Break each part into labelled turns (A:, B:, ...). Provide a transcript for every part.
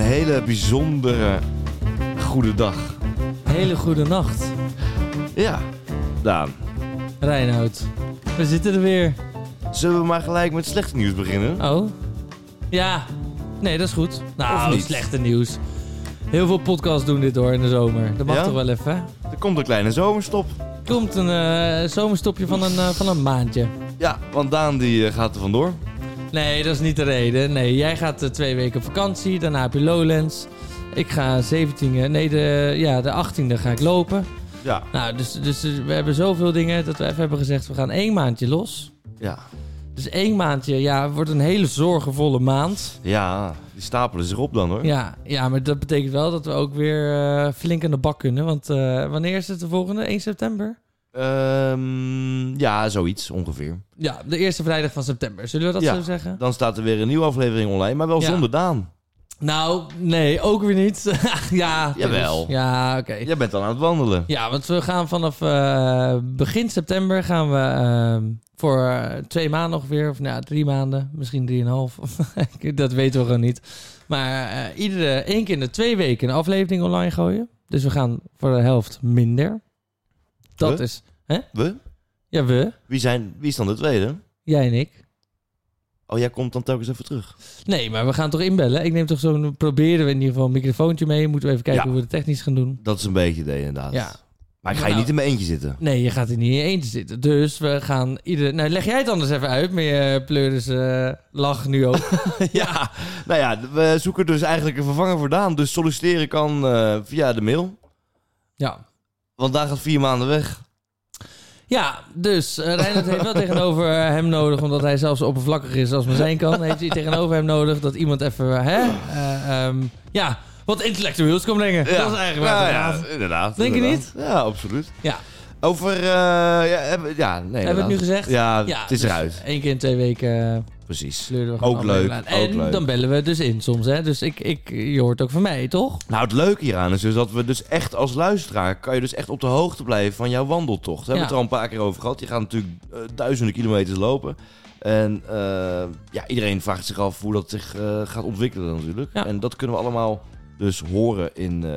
A: hele bijzondere goede dag.
B: Hele goede nacht,
A: Ja, Daan.
B: Reinoud. We zitten er weer.
A: Zullen we maar gelijk met slecht nieuws beginnen?
B: Oh? Ja. Nee, dat is goed. Nou,
A: Of niet?
B: slechte nieuws. Heel veel podcasts doen dit hoor in de zomer. Dat mag
A: Ja?
B: toch wel even, hè?
A: Er komt een kleine zomerstop.
B: Komt een eh, zomerstopje van een, eh, van een maandje.
A: Ja, want Daan die eh, gaat er vandoor.
B: Nee, dat is niet de reden. Nee, jij gaat eh, twee weken op vakantie. Daarna heb je Lowlands. Ik ga 17e, nee, de, ja, de 18e ga ik lopen.
A: Ja.
B: Nou, dus, dus eh, we hebben zoveel dingen dat we even hebben gezegd: we gaan één maandje los.
A: Ja.
B: Dus één maandje, ja, het wordt een hele zorgenvolle maand.
A: Ja, die stapelen zich op dan hoor.
B: Ja, ja maar dat betekent wel dat we ook weer eh, flink aan de bak kunnen. Want eh, wanneer is het de volgende? 1 september?
A: Ehm, ja, zoiets ongeveer.
B: Ja, de eerste vrijdag van september. Zullen we dat
A: Ja.
B: zo zeggen?
A: Dan staat er weer een nieuwe aflevering online, maar wel
B: Ja.
A: zonder Daan.
B: Nou, nee, ook weer niet. ja, dus-
A: Jawel.
B: Ja, oké.
A: Jij bent dan aan het wandelen.
B: Ja, want we gaan vanaf eh, begin september gaan we ehm, voor eh, twee maanden ongeveer, of nou, ja, drie maanden, misschien drieënhalf. dat weten we gewoon niet. Maar eh, iedere één keer in de twee weken een aflevering online gooien. Dus we gaan voor de helft minder. Dat
A: We?
B: is,
A: We?
B: ja, we,
A: Wie, zijn, wie is dan de tweede?
B: jij en ik.
A: Oh, jij komt dan telkens even terug.
B: Nee, maar we gaan toch inbellen. Ik neem toch zo'n, proberen we in ieder geval een microfoontje mee. Moeten we even kijken
A: Ja.
B: hoe we het technisch gaan doen.
A: Dat is een beetje het idee inderdaad.
B: Ja.
A: Maar ik ga je
B: Nou.
A: niet in mijn eentje zitten.
B: Nee, je gaat er niet in je eentje zitten. Dus we gaan ieder. Nou, leg jij het anders even uit. Maar je pleuris eh, lach nu ook.
A: Ja, nou ja, we zoeken dus eigenlijk een vervanger voor Daan. Dus solliciteren kan eh, via de mail.
B: ja.
A: Want Daan gaat vier maanden weg.
B: Ja, dus eh Reinhard heeft wel tegenover hem nodig, omdat hij zelfs zo oppervlakkig is als maar zijn kan. Heeft hij tegenover hem nodig dat iemand even, hè, eh, ehm, ja, wat intellectueels kan brengen. Dat is eigenlijk waar.
A: Ja,
B: het
A: ja,
B: gaat.
A: inderdaad.
B: Denk je
A: inderdaad. Ja, absoluut.
B: Ja.
A: Over, eh ja, hebben- ja, nee.
B: Hebben we
A: inderdaad.
B: het nu gezegd?
A: Ja,
B: Ja,
A: het is
B: dus
A: eruit.
B: Eén keer in twee weken eh,
A: Precies.
B: sleuren we gewoon
A: Ook
B: een aflevering
A: leuk,
B: aan. En
A: ook leuk.
B: dan bellen we dus in soms, hè. Dus ik, ik, je hoort ook van mij, toch?
A: Nou, het leuke hieraan is dus dat we dus echt als luisteraar... kan je dus echt op de hoogte blijven van jouw wandeltocht. We hebben
B: Ja.
A: het er al een paar keer over gehad. Je gaat natuurlijk eh, duizenden kilometers lopen. En eh, ja, iedereen vraagt zich af hoe dat zich eh, gaat ontwikkelen natuurlijk.
B: Ja.
A: En dat kunnen we allemaal dus horen in eh,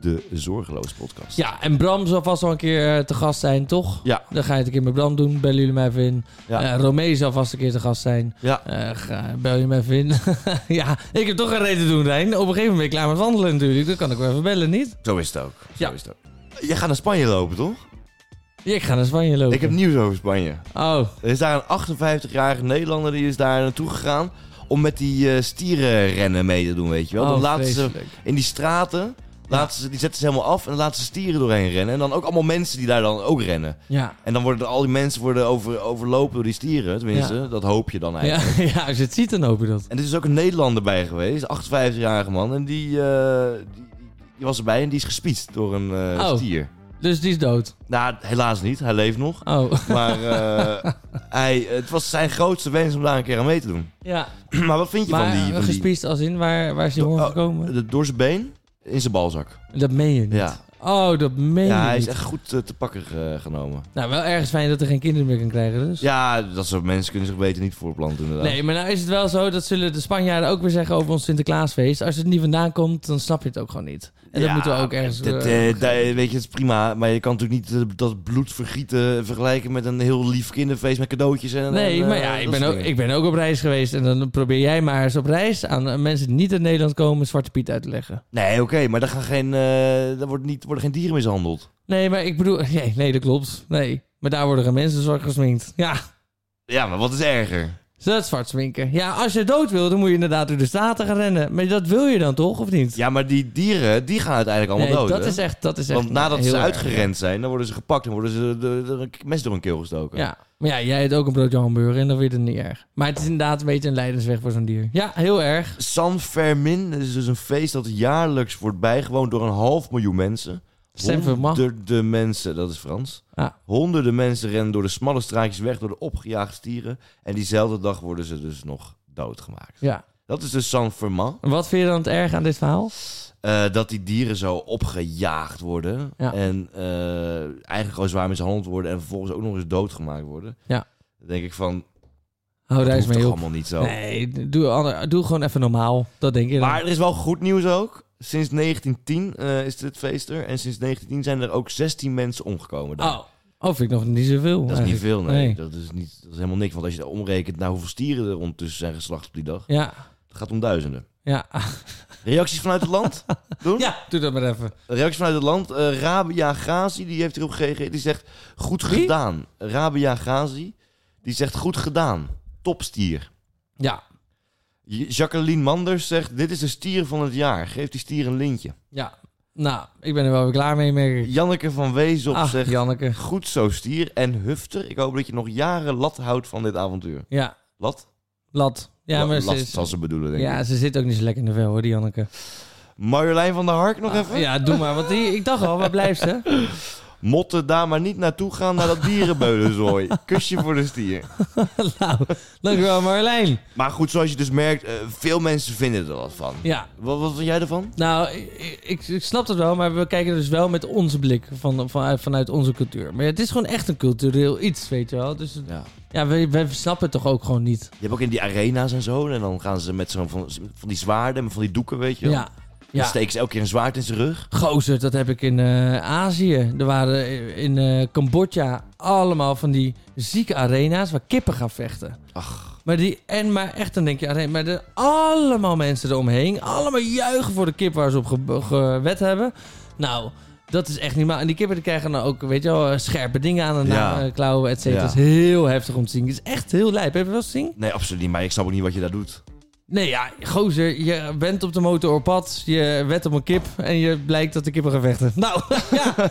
A: de Zorgeloos podcast.
B: Ja, en Bram zal vast al een keer eh, te gast zijn, toch?
A: Ja.
B: Dan ga je het een keer met Bram doen. Bellen jullie mij even in.
A: Ja.
B: Eh, Romee zal vast een keer te gast zijn.
A: Ja.
B: Eh, ga- bel je hem even in. ja, ik heb toch een reden te doen, Rijn. Op een gegeven moment ben ik klaar met wandelen natuurlijk. Dan kan ik wel even bellen, niet?
A: Zo is het ook. Zo
B: Ja.
A: is het ook. Jij gaat naar Spanje lopen, toch?
B: Ja, ik ga naar Spanje lopen.
A: Ik heb nieuws over Spanje.
B: Oh,
A: Er is daar een 58-jarige Nederlander die is daar naartoe gegaan om met die eh, stierenrennen mee te doen, weet je wel.
B: oh
A: dan laten ze
B: vreselijk.
A: in die straten, laten ze, die zetten ze helemaal af en dan laten ze stieren doorheen rennen. En dan ook allemaal mensen die daar dan ook rennen.
B: Ja.
A: En dan worden er- al die mensen worden over, overlopen door die stieren, tenminste.
B: Ja.
A: Dat hoop je dan eigenlijk.
B: Ja, ja, als je het ziet, dan hoop je dat.
A: En er is ook een Nederlander bij geweest, een 58-jarige man. En die, eh, die, die was erbij en die is gespietst door een eh,
B: Oh.
A: stier.
B: Dus die is dood.
A: Nou, helaas niet. Hij leeft nog.
B: Oh,
A: Maar eh, hij, het was zijn grootste wens om daar een keer aan mee te doen.
B: ja.
A: Maar wat vind je
B: Maar
A: van die...
B: eh,
A: Van die
B: gespiest als in, waar, waar is die
A: Do-
B: hoorn
A: oh,
B: gekomen?
A: de- door zijn been in zijn balzak.
B: Dat meen je niet.
A: Ja.
B: Oh, dat meen
A: ja,
B: je
A: hij
B: niet.
A: is echt goed eh, te pakken eh, genomen.
B: Nou, wel ergens fijn dat er geen kinderen meer kan krijgen, dus.
A: Ja, dat soort mensen kunnen zich beter niet voorplanten inderdaad.
B: Nee, maar nou is het wel zo, dat zullen de Spanjaarden ook weer zeggen over ons Sinterklaasfeest. Als het niet vandaan komt, dan snap je het ook gewoon niet. En dat
A: Ja,
B: moeten we ook ergens...
A: dat,
B: eh,
A: eh, dat- weet je, het is prima. Maar je kan natuurlijk niet eh, dat bloed vergieten vergelijken met een heel lief kinderfeest met cadeautjes. En,
B: nee,
A: en, eh,
B: maar ja, ik
A: dat
B: ben,
A: soort
B: ook,
A: dingen.
B: ik ben ook op reis geweest. En dan probeer jij maar eens op reis aan eh, mensen die niet uit Nederland komen Zwarte Piet uit te leggen.
A: Nee, oké, maar daar, gaan geen, eh, daar wordt niet, worden geen dieren mishandeld.
B: Nee, maar ik bedoel... Nee, nee dat klopt. Nee. Maar daar worden geen mensen zwart gesminkt. Ja,
A: Ja, maar wat is erger?
B: ze dat zwart sminken. Ja, als je dood wil, dan moet je inderdaad door de straten gaan rennen. Maar dat wil je dan toch, of niet?
A: Ja, maar die dieren, die gaan uiteindelijk allemaal
B: nee,
A: dood.
B: dat
A: hè?
B: is echt... Dat is echt
A: Want nadat
B: heel
A: ze
B: erg.
A: uitgerend zijn, dan worden ze gepakt en worden ze de, de- een mes door een keel gestoken.
B: Ja, maar ja, jij eet ook een broodje hamburger en dan vind je het niet erg. Maar het is inderdaad een beetje een leidensweg voor zo'n dier. Ja, heel erg.
A: San Fermin is dus een feest dat jaarlijks wordt bijgewoond door een half miljoen mensen.
B: San Fermin.
A: Honderden mensen, dat is Frans.
B: Ah.
A: Honderden mensen rennen door de smalle straatjes weg door de opgejaagde stieren. En diezelfde dag worden ze dus nog doodgemaakt.
B: Ja.
A: Dat is dus San Fermin.
B: En Wat vind je dan het erg aan dit verhaal?
A: Eh, dat die dieren zo opgejaagd worden.
B: Ja.
A: En eh, eigenlijk gewoon zwaar mishandeld worden. En vervolgens ook nog eens doodgemaakt worden.
B: Ja.
A: Dan denk ik van,
B: Oh,
A: dat
B: daar is
A: hoeft
B: mee
A: toch
B: op.
A: allemaal niet zo.
B: Nee, doe, ander- doe gewoon even normaal. Dat denk ik. dan.
A: Maar er is wel goed nieuws ook. Sinds 1910 eh, is dit feest er. En sinds 1910 zijn er ook 16 mensen omgekomen. daar.
B: oh, oh, vind ik nog niet zoveel.
A: dat is niet
B: eigenlijk.
A: veel, nee.
B: Nee.
A: Dat, is niet, dat is helemaal niks. Want als je dat omrekent naar hoeveel stieren er ondertussen zijn geslacht op die dag,
B: Ja,
A: het gaat om duizenden.
B: ja.
A: Reacties vanuit het land?
B: ja, doe dat maar even.
A: Reacties vanuit het land. Eh, Rabia Ghazi, die heeft erop gereageerd. Die zegt, goed
B: Wie?
A: gedaan. Rabia Ghazi, die zegt, goed gedaan. Topstier.
B: Ja,
A: J- Jacqueline Manders zegt, dit is de stier van het jaar. Geef die stier een lintje.
B: ja. Nou, ik ben er wel weer klaar mee, merk ik.
A: Janneke van Weesop
B: Ach,
A: zegt,
B: Janneke.
A: goed zo stier. En Hufter, ik hoop dat je nog jaren lat houdt van dit avontuur.
B: Ja,
A: Lat?
B: lat. Ja,
A: La-
B: maar ze,
A: last
B: is-
A: zal ze bedoelen, denk
B: ja,
A: ik.
B: ze zit ook niet zo lekker in de vel, hoor, die Janneke.
A: Marjolein van der Hark nog
B: Ah,
A: even.
B: Ja, doe maar. Want die, ik dacht al, waar blijft ze?
A: Motten daar maar niet naartoe gaan naar dat dierenbeulenzooi. Kusje voor de stier.
B: nou, dankjewel Marlijn.
A: Maar goed, zoals je dus merkt, eh, veel mensen vinden er wat van.
B: Ja,
A: Wat, wat vind jij ervan?
B: nou, ik, ik, ik snap dat wel, maar we kijken dus wel met onze blik van, van, vanuit onze cultuur. Maar het is gewoon echt een cultureel iets, weet je wel. Dus
A: Ja.
B: ja, we, we snappen het toch ook gewoon niet.
A: Je hebt ook in die arena's en zo. En dan gaan ze met zo'n van, van die zwaarden, en van die doeken, weet je wel.
B: Ja,
A: Dan
B: ja.
A: steken ze elke keer een zwaard in zijn rug.
B: Gozer, dat heb ik in eh, Azië. Er waren in eh, Cambodja allemaal van die zieke arena's waar kippen gaan vechten.
A: Ach,
B: Maar, die, en, maar echt, dan denk je, alleen, maar er allemaal mensen eromheen. Allemaal juichen voor de kip waar ze op ge- gewet hebben. Nou, dat is echt niet maar. En die kippen die krijgen dan ook, weet je wel, eh, scherpe dingen aan de
A: Ja.
B: na- eh, klauwen, et cetera.
A: Ja.
B: Het is heel heftig om te zien. Het is echt heel lijp. Heb je dat wel eens gezien?
A: nee, absoluut niet. Maar ik snap ook niet wat je daar doet.
B: Nee, ja, gozer, je bent op de motor op pad, je wet op een kip en je blijkt dat de kippen gaan vechten. Nou, ja,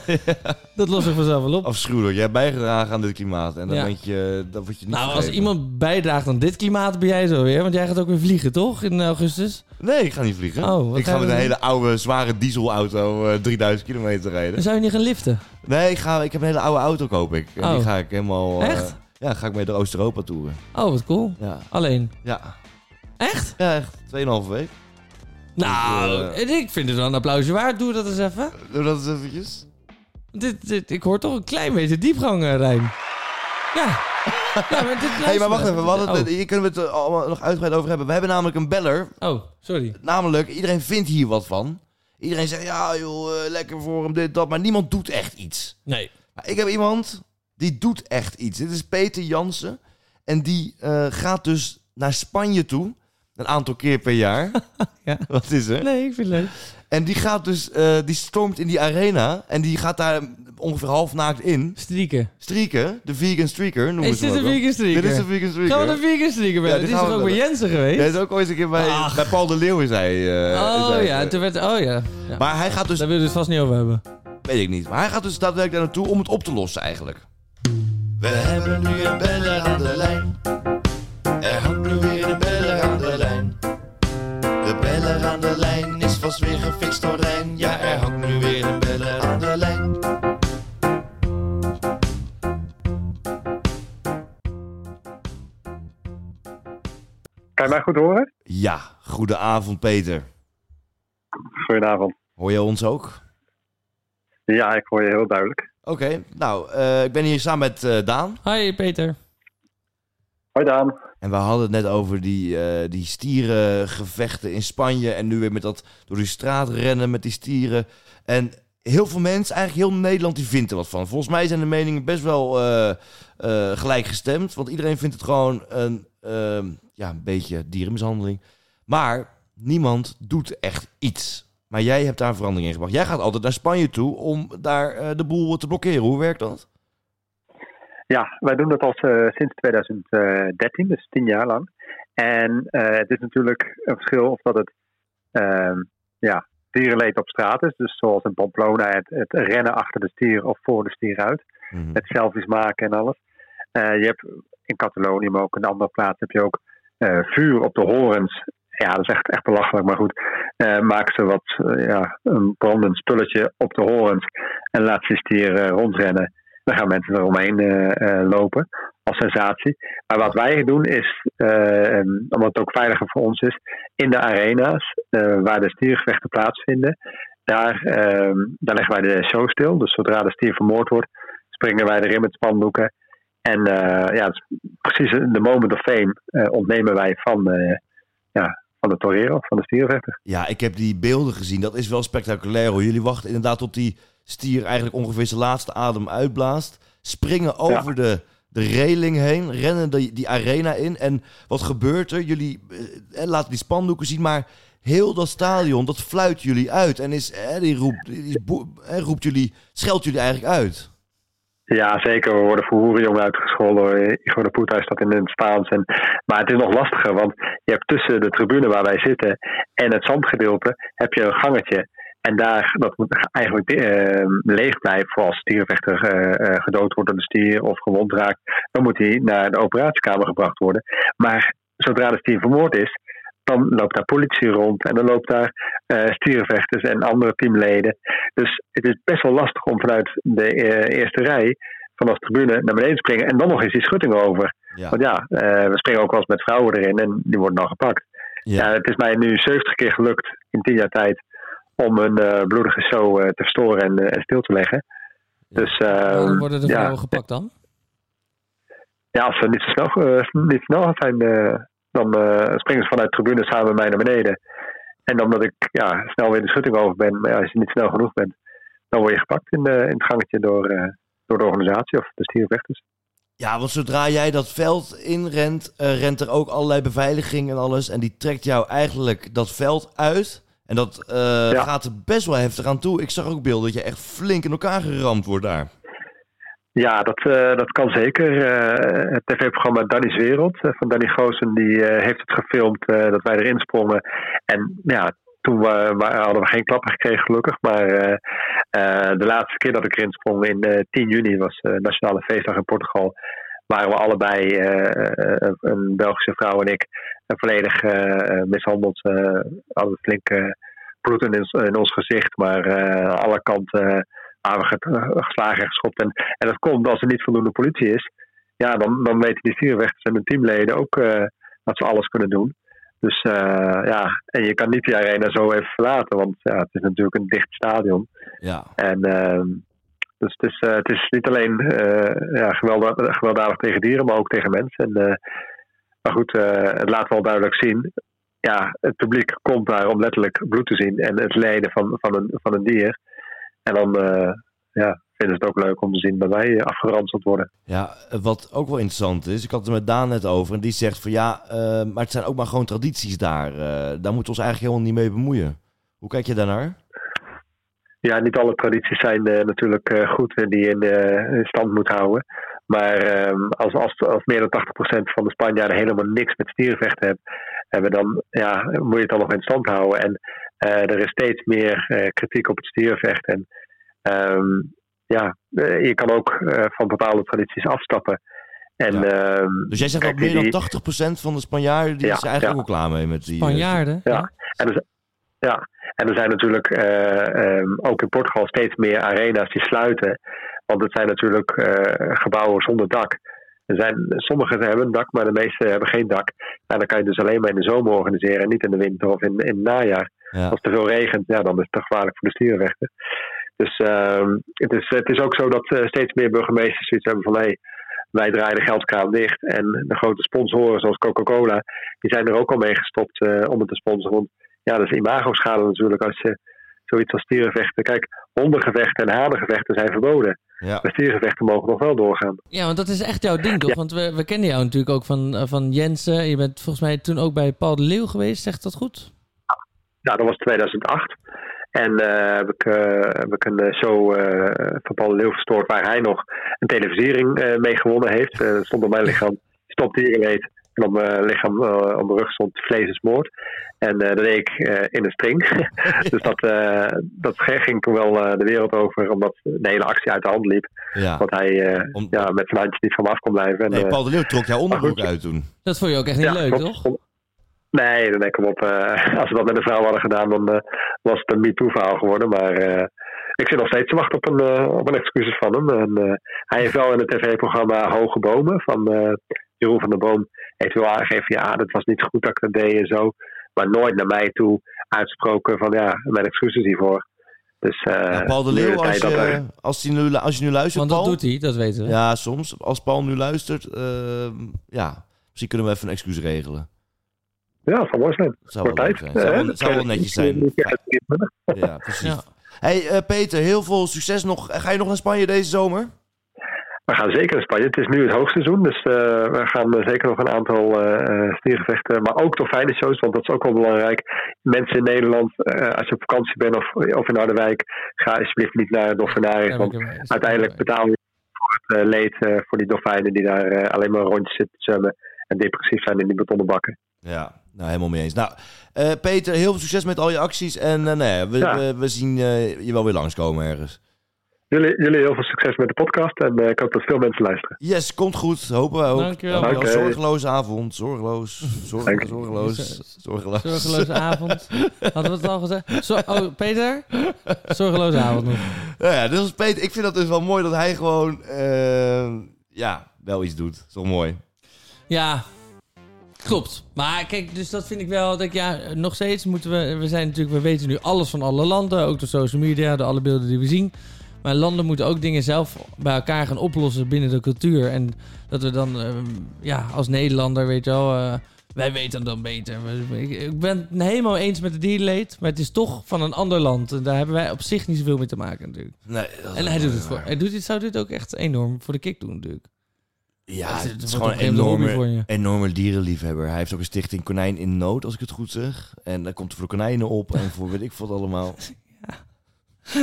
B: dat lost zich vanzelf wel op.
A: Afschuwelijk. Jij hebt bijgedragen aan dit klimaat. En dan
B: Ja.
A: denk je, eh, dat word je niet
B: nou, als
A: vergeten.
B: iemand bijdraagt aan dit klimaat, ben jij zo weer. Want jij gaat ook weer vliegen, toch? In augustus.
A: Nee, ik ga niet vliegen.
B: Oh, wat
A: ik
B: ga
A: ga
B: je
A: met een
B: doen?
A: hele oude, zware dieselauto eh, 3000 kilometer
B: Dan
A: rijden.
B: zou je niet gaan liften.
A: Nee, ik, ga, ik heb een hele oude auto, koop ik. En
B: Oh.
A: die ga ik helemaal... eh,
B: Echt?
A: Ja, ga ik mee door Oost-Europa toeren.
B: Oh, wat cool.
A: Ja.
B: Alleen.
A: Ja.
B: Echt?
A: Ja, echt. Tweeënhalve week.
B: Nou,
A: eh,
B: en ik vind het wel een applausje waard. Doe dat eens even.
A: Doe dat eens eventjes.
B: Dit, dit, ik hoor toch een klein beetje diepgang, eh, Rijn. Ja. ja maar dit
A: Hé, hey, maar wacht even. We hadden het-
B: Oh,
A: Hier kunnen we het eh, allemaal nog uitgebreid over hebben. We hebben namelijk een beller.
B: oh, sorry.
A: Namelijk, iedereen vindt hier wat van. Iedereen zegt, ja joh, eh, lekker voor hem, dit, dat. Maar niemand doet echt iets.
B: Nee.
A: Maar ik heb iemand die doet echt iets. Dit is Peter Jansen. En die eh, gaat dus naar Spanje toe. Een aantal keer per jaar.
B: Ja.
A: Wat is er?
B: Nee, ik vind het leuk.
A: En die gaat dus, eh, die stormt in die arena. En die gaat daar ongeveer half naakt in.
B: Strieken.
A: Strieken, de vegan streaker noemen
B: Is
A: ze hem
B: dit een
A: ook wel.
B: vegan streaker?
A: Dit is de vegan streaker.
B: Gaan we de vegan streaker bellen?
A: Ja, die
B: die is
A: gaan
B: toch
A: we
B: ook bij
A: bellen.
B: Jensen geweest?
A: Hij is ook ooit een keer bij,
B: Ach.
A: bij Paul de Leeuw is hij. eh, is
B: oh
A: hij,
B: ja,
A: eh.
B: toen werd... Oh ja. ja.
A: Maar hij gaat dus,
B: Daar wil je het vast niet over hebben.
A: weet ik niet, maar hij gaat dus daadwerkelijk daar naartoe om het op te lossen eigenlijk.
C: We hebben nu een beller aan de lijn. Er hangt nu weer een beller aan de lijn. De beller aan de lijn is vast weer gefixt door Rijn. Ja, er hangt nu weer een beller aan de lijn.
D: Kan je mij goed horen?
A: Ja, goedenavond Peter.
D: Goedenavond.
A: Hoor je ons ook?
D: Ja, ik hoor je heel duidelijk.
A: Oké, nou, eh, ik ben hier samen met eh, Daan.
B: Hi, Peter.
D: Eh, Hoi Daan.
A: En we hadden het net over die, eh, die stierengevechten in Spanje. En nu weer met dat door die straat rennen met die stieren. En heel veel mensen, eigenlijk heel Nederland, die vindt er wat van. Volgens mij zijn de meningen best wel eh, eh, gelijk gestemd. Want iedereen vindt het gewoon een, ehm, ja, een beetje dierenmishandeling. Maar niemand doet echt iets. Maar jij hebt daar een verandering in gebracht. Jij gaat altijd naar Spanje toe om daar eh, de boel te blokkeren. Hoe werkt dat?
D: Ja, wij doen dat al eh, sinds 2013, dus tien jaar lang. En eh, het is natuurlijk een verschil of dat het ehm, ja, dierenleed op straat is. Dus zoals in Pamplona het, het rennen achter de stier of voor de stier uit.
A: Mhm.
D: Met selfies maken en alles. Eh, je hebt in Catalonië, maar ook in andere plaatsen, heb je ook eh, vuur op de horens. Ja, dat is echt, echt belachelijk, maar goed. Eh maak ze wat, eh, ja, een brandend spulletje op de horens en laat ze stier eh, rondrennen. Dan gaan mensen eromheen eh, eh, lopen als sensatie. Maar wat wij doen is, eh, en omdat het ook veiliger voor ons is, in de arena's eh, waar de stiergevechten plaatsvinden, daar, eh, daar leggen wij de show stil. Dus zodra de stier vermoord wordt, springen wij erin met spandoeken. En eh, ja, dus precies de moment of fame eh, ontnemen wij van, eh, ja, van de torero, van de stierenvechter.
A: Ja, ik heb die beelden gezien. Dat is wel spectaculair hoor. Jullie wachten inderdaad tot die stier eigenlijk ongeveer zijn laatste adem uitblaast. Springen over de, de reling heen, rennen die, die arena in. En wat gebeurt er? Jullie eh, laten die spandoeken zien, maar heel dat stadion, dat fluit jullie uit. En is, eh, die roept, die is boe- eh, roept jullie, scheldt jullie eigenlijk uit.
D: Ja, zeker. We worden voor hoerenjong uitgescholden. Igor de Poeta is dat in het Spaans. En, maar het is nog lastiger, want je hebt tussen de tribune waar wij zitten en het zandgedeelte heb je een gangetje. En daar, dat moet eigenlijk eh, leeg blijven voor als de stierenvechter eh, eh, gedood wordt door de stier of gewond raakt. Dan moet hij naar de operatiekamer gebracht worden. Maar zodra de stier vermoord is, dan loopt daar politie rond en dan loopt daar eh, stierenvechters en andere teamleden. Dus het is best wel lastig om vanuit de eh, eerste rij vanaf de tribune naar beneden te springen en dan nog eens die schutting over.
A: Ja.
D: Want ja, eh, we springen ook wel eens met vrouwen erin en die worden dan gepakt.
A: Ja.
D: Ja. het is mij nu 70 keer gelukt in 10 jaar tijd om een eh, bloedige show eh, te verstoren en, eh, en stil te leggen. Dus
B: Waarom
D: ehm,
B: worden de
D: ja,
B: vrouwen gepakt dan?
D: ja, als ze niet zo snel, eh, niet snel zijn, eh, dan eh, springen ze vanuit de tribune samen met mij naar beneden. En omdat ik ja, snel weer de schutting over ben, maar ja, als je niet snel genoeg bent, dan word je gepakt in, eh, in het gangetje door, eh, door de organisatie of de stierenvechters.
A: Ja, want zodra jij dat veld inrent, eh, rent er ook allerlei beveiliging en alles. En die trekt jou eigenlijk dat veld uit. En dat eh, gaat er best wel heftig aan toe. Ik zag ook beelden dat je echt flink in elkaar geramd wordt daar.
D: Ja, dat, eh, dat kan zeker. Eh, het tv-programma Danny's Wereld eh, van Danny Goosen die, eh, heeft het gefilmd eh, dat wij erin sprongen. En ja, toen wa- wa- hadden we geen klappen gekregen gelukkig. Maar eh, eh, de laatste keer dat ik erin sprong in eh, 10 juni was eh, Nationale Feestdag in Portugal. Waren we allebei, eh, eh, een Belgische vrouw en ik, eh, volledig eh, eh, mishandeld. eh hadden flink eh, bloed in, ons- in ons gezicht, maar eh, aan alle kanten eh, waren we ge- eh, geslagen en geschopt. En en dat komt als er niet voldoende politie is. Ja, dan, dan weten die stierenvechters en hun teamleden ook eh, dat ze alles kunnen doen. Dus eh, ja, en je kan niet die arena zo even verlaten, want ja, het is natuurlijk een dicht stadion.
A: Ja.
D: En ehm, dus het is, eh, het is niet alleen eh, ja, gewelda- gewelddadig, tegen dieren, maar ook tegen mensen. En, eh, maar goed, eh, het laat wel duidelijk zien. Ja, het publiek komt daar om letterlijk bloed te zien en het lijden van, van, een, van een dier. En dan eh, ja, vinden ze het ook leuk om te zien dat wij eh, afgeranseld worden.
A: Ja, eh, wat ook wel interessant is, ik had het er met Daan net over. En die zegt van ja, eh, maar het zijn ook maar gewoon tradities daar. Eh, daar moeten we ons eigenlijk helemaal niet mee bemoeien. Hoe kijk je daarnaar?
D: Ja, niet alle tradities zijn eh, natuurlijk eh, goed en die je in, eh, in stand moet houden. Maar ehm, als, als, als meer dan 80% van de Spanjaarden helemaal niks met stierenvechten hebben, hebben dan ja, moet je het dan nog in stand houden. En eh, er is steeds meer eh, kritiek op het stierenvechten. En, ehm, ja, eh, je kan ook eh, van bepaalde tradities afstappen. En
A: Ja.
D: ehm,
A: Dus jij zegt dat
D: Kijk, die-
A: meer dan 80% van de Spanjaarden die
D: Ja,
A: is er eigenlijk
D: ja.
A: ook al klaar mee met die. eh,
B: Spanjaarden?
D: Ja. Ja, en er zijn natuurlijk eh, ehm, ook in Portugal steeds meer arena's die sluiten. Want het zijn natuurlijk eh, gebouwen zonder dak. Er zijn, sommige hebben een dak, maar de meeste hebben geen dak. En dan kan je dus alleen maar in de zomer organiseren en niet in de winter of in, in het najaar.
A: ja.
D: Als het te veel regent, ja, dan is het te gevaarlijk voor de stierenrechten. Dus ehm, het, is, het is ook zo dat eh, steeds meer burgemeesters zoiets hebben van... Hey, wij draaien de geldkraan dicht. En de grote sponsoren zoals Coca-Cola, die zijn er ook al mee gestopt eh, om het te sponsoren. Want ja, dat is imago-schade natuurlijk als je zoiets als stierenvechten... Kijk, hondengevechten en hanengevechten zijn verboden.
A: Ja.
D: Maar stierengevechten mogen nog wel doorgaan.
B: Ja, want dat is echt jouw ding, toch? Want we, we kennen jou natuurlijk ook van, eh, van Jensen. Je bent volgens mij toen ook bij Paul de Leeuw geweest, zegt dat goed?
D: Nou, dat was 2008. En eh, heb, ik, eh, heb ik een eh, show eh, van Paul de Leeuw verstoord waar hij nog een televisiering eh, mee gewonnen heeft. Eh, dat stond op mijn lichaam, stond dierenleed. En op mijn lichaam, eh, op mijn rug stond vlees is moord. En eh, dat deed ik eh, in een string. dus dat, eh, dat ging toen wel eh, de wereld over, omdat de hele actie uit de hand liep.
A: ja.
D: Want hij eh,
A: Om-
D: ja, met zijn handjes niet van me af kon blijven. En,
A: Nee,
D: eh,
A: Paul de Leeuw trok jouw onderbroek
D: goed.
A: uit toen.
B: Dat vond je ook echt niet leuk,
D: klopt.
B: toch?
D: Nee, dan denk ik op. eh, als we dat met een vrouw hadden gedaan, dan eh, was het een MeToo-verhaal geworden. Maar eh, ik zit nog steeds te wachten op een, eh, op een excuses van hem. En, eh, hij heeft wel in het tv-programma Hoge Bomen van eh, Jeroen van der Boom heeft wel aangegeven, ja, dat was niet goed dat ik dat deed en zo. Maar nooit naar mij toe uitgesproken van, ja, mijn excuses hiervoor. Dus, eh,
A: Ja, Paul de
D: nu
A: Leeuw,
D: kan je
A: als
D: dat
A: je,
D: eigenlijk-
A: als, die nu, lu- als je nu luistert,
B: Want dat
A: Paul.
B: doet hij, dat weten we.
A: Ja, soms. Als Paul nu luistert, ehm, ja, misschien kunnen we even een excuus regelen.
D: Ja, van Wasnet.
A: Dat zou wel leuk zijn. Dat zou,
D: Eh,
A: wel- zou wel netjes zijn. Ja, precies.
B: Ja.
A: Hey eh, Peter, heel veel succes nog. Eh, Ga je nog naar Spanje deze zomer?
D: We gaan zeker naar Spanje. Het is nu het hoogseizoen, dus eh, we gaan eh, zeker nog een aantal eh eh, stiergevechten, maar ook dolfijnen shows, want dat is ook wel belangrijk. Mensen in Nederland, eh, als je op vakantie bent of, of in Harderwijk, ga alsjeblieft niet naar een dolfinarium, want uiteindelijk betaal je voor het eh, leed eh, voor die dolfijnen die daar eh, alleen maar rondjes zitten zwemmen en depressief zijn in die betonnen bakken.
A: Ja, nou helemaal mee eens. Nou, eh, Peter, heel veel succes met al je acties. En eh, nou ja, we,
D: Ja.
A: we, we zien eh, je wel weer langskomen ergens.
D: Jullie, jullie heel veel succes met de podcast en eh, ik hoop dat veel mensen luisteren.
A: Yes, komt goed. Hopen we ook.
B: Dankjewel.
A: Dankjewel.
D: Oké.
A: Zorgeloze avond. Zorgeloos. Zorg,
D: Dank je.
A: zorgeloos. Zorgeloos.
B: Zorgeloze avond. Hadden we het al gezegd? Zo- oh, Peter? Zorgeloze avond nog.
A: Nou ja, dus Peter, ik vind dat dus wel mooi dat hij gewoon, eh, ja, wel iets doet. Dat is wel mooi.
B: Ja, klopt. Maar kijk, dus dat vind ik wel. Dat ik, ja, nog steeds moeten we. We zijn natuurlijk, we weten nu alles van alle landen, ook de social media, de alle beelden die we zien. Maar landen moeten ook dingen zelf bij elkaar gaan oplossen binnen de cultuur. En dat we dan, eh, ja, als Nederlander, weet je wel, eh, wij weten dan beter. We- Ik, ik ben het helemaal eens met de dierleed, maar het is toch van een ander land. En daar hebben wij op zich niet zoveel mee te maken natuurlijk.
A: Nee, dat is
B: En
A: wel
B: hij doet het
A: waar.
B: voor. Hij doet dit, zou dit ook echt enorm voor de kick doen natuurlijk.
A: Ja,
B: Het
A: het,
B: is-
A: is
B: het wordt
A: gewoon
B: op
A: een
B: een gegeven moment een hobby
A: enorme,
B: voor
A: enorme dierenliefhebber. Hij heeft ook een stichting Konijn in Nood, als ik het goed zeg. En daar komt hij voor de konijnen op en voor weet ik wat allemaal.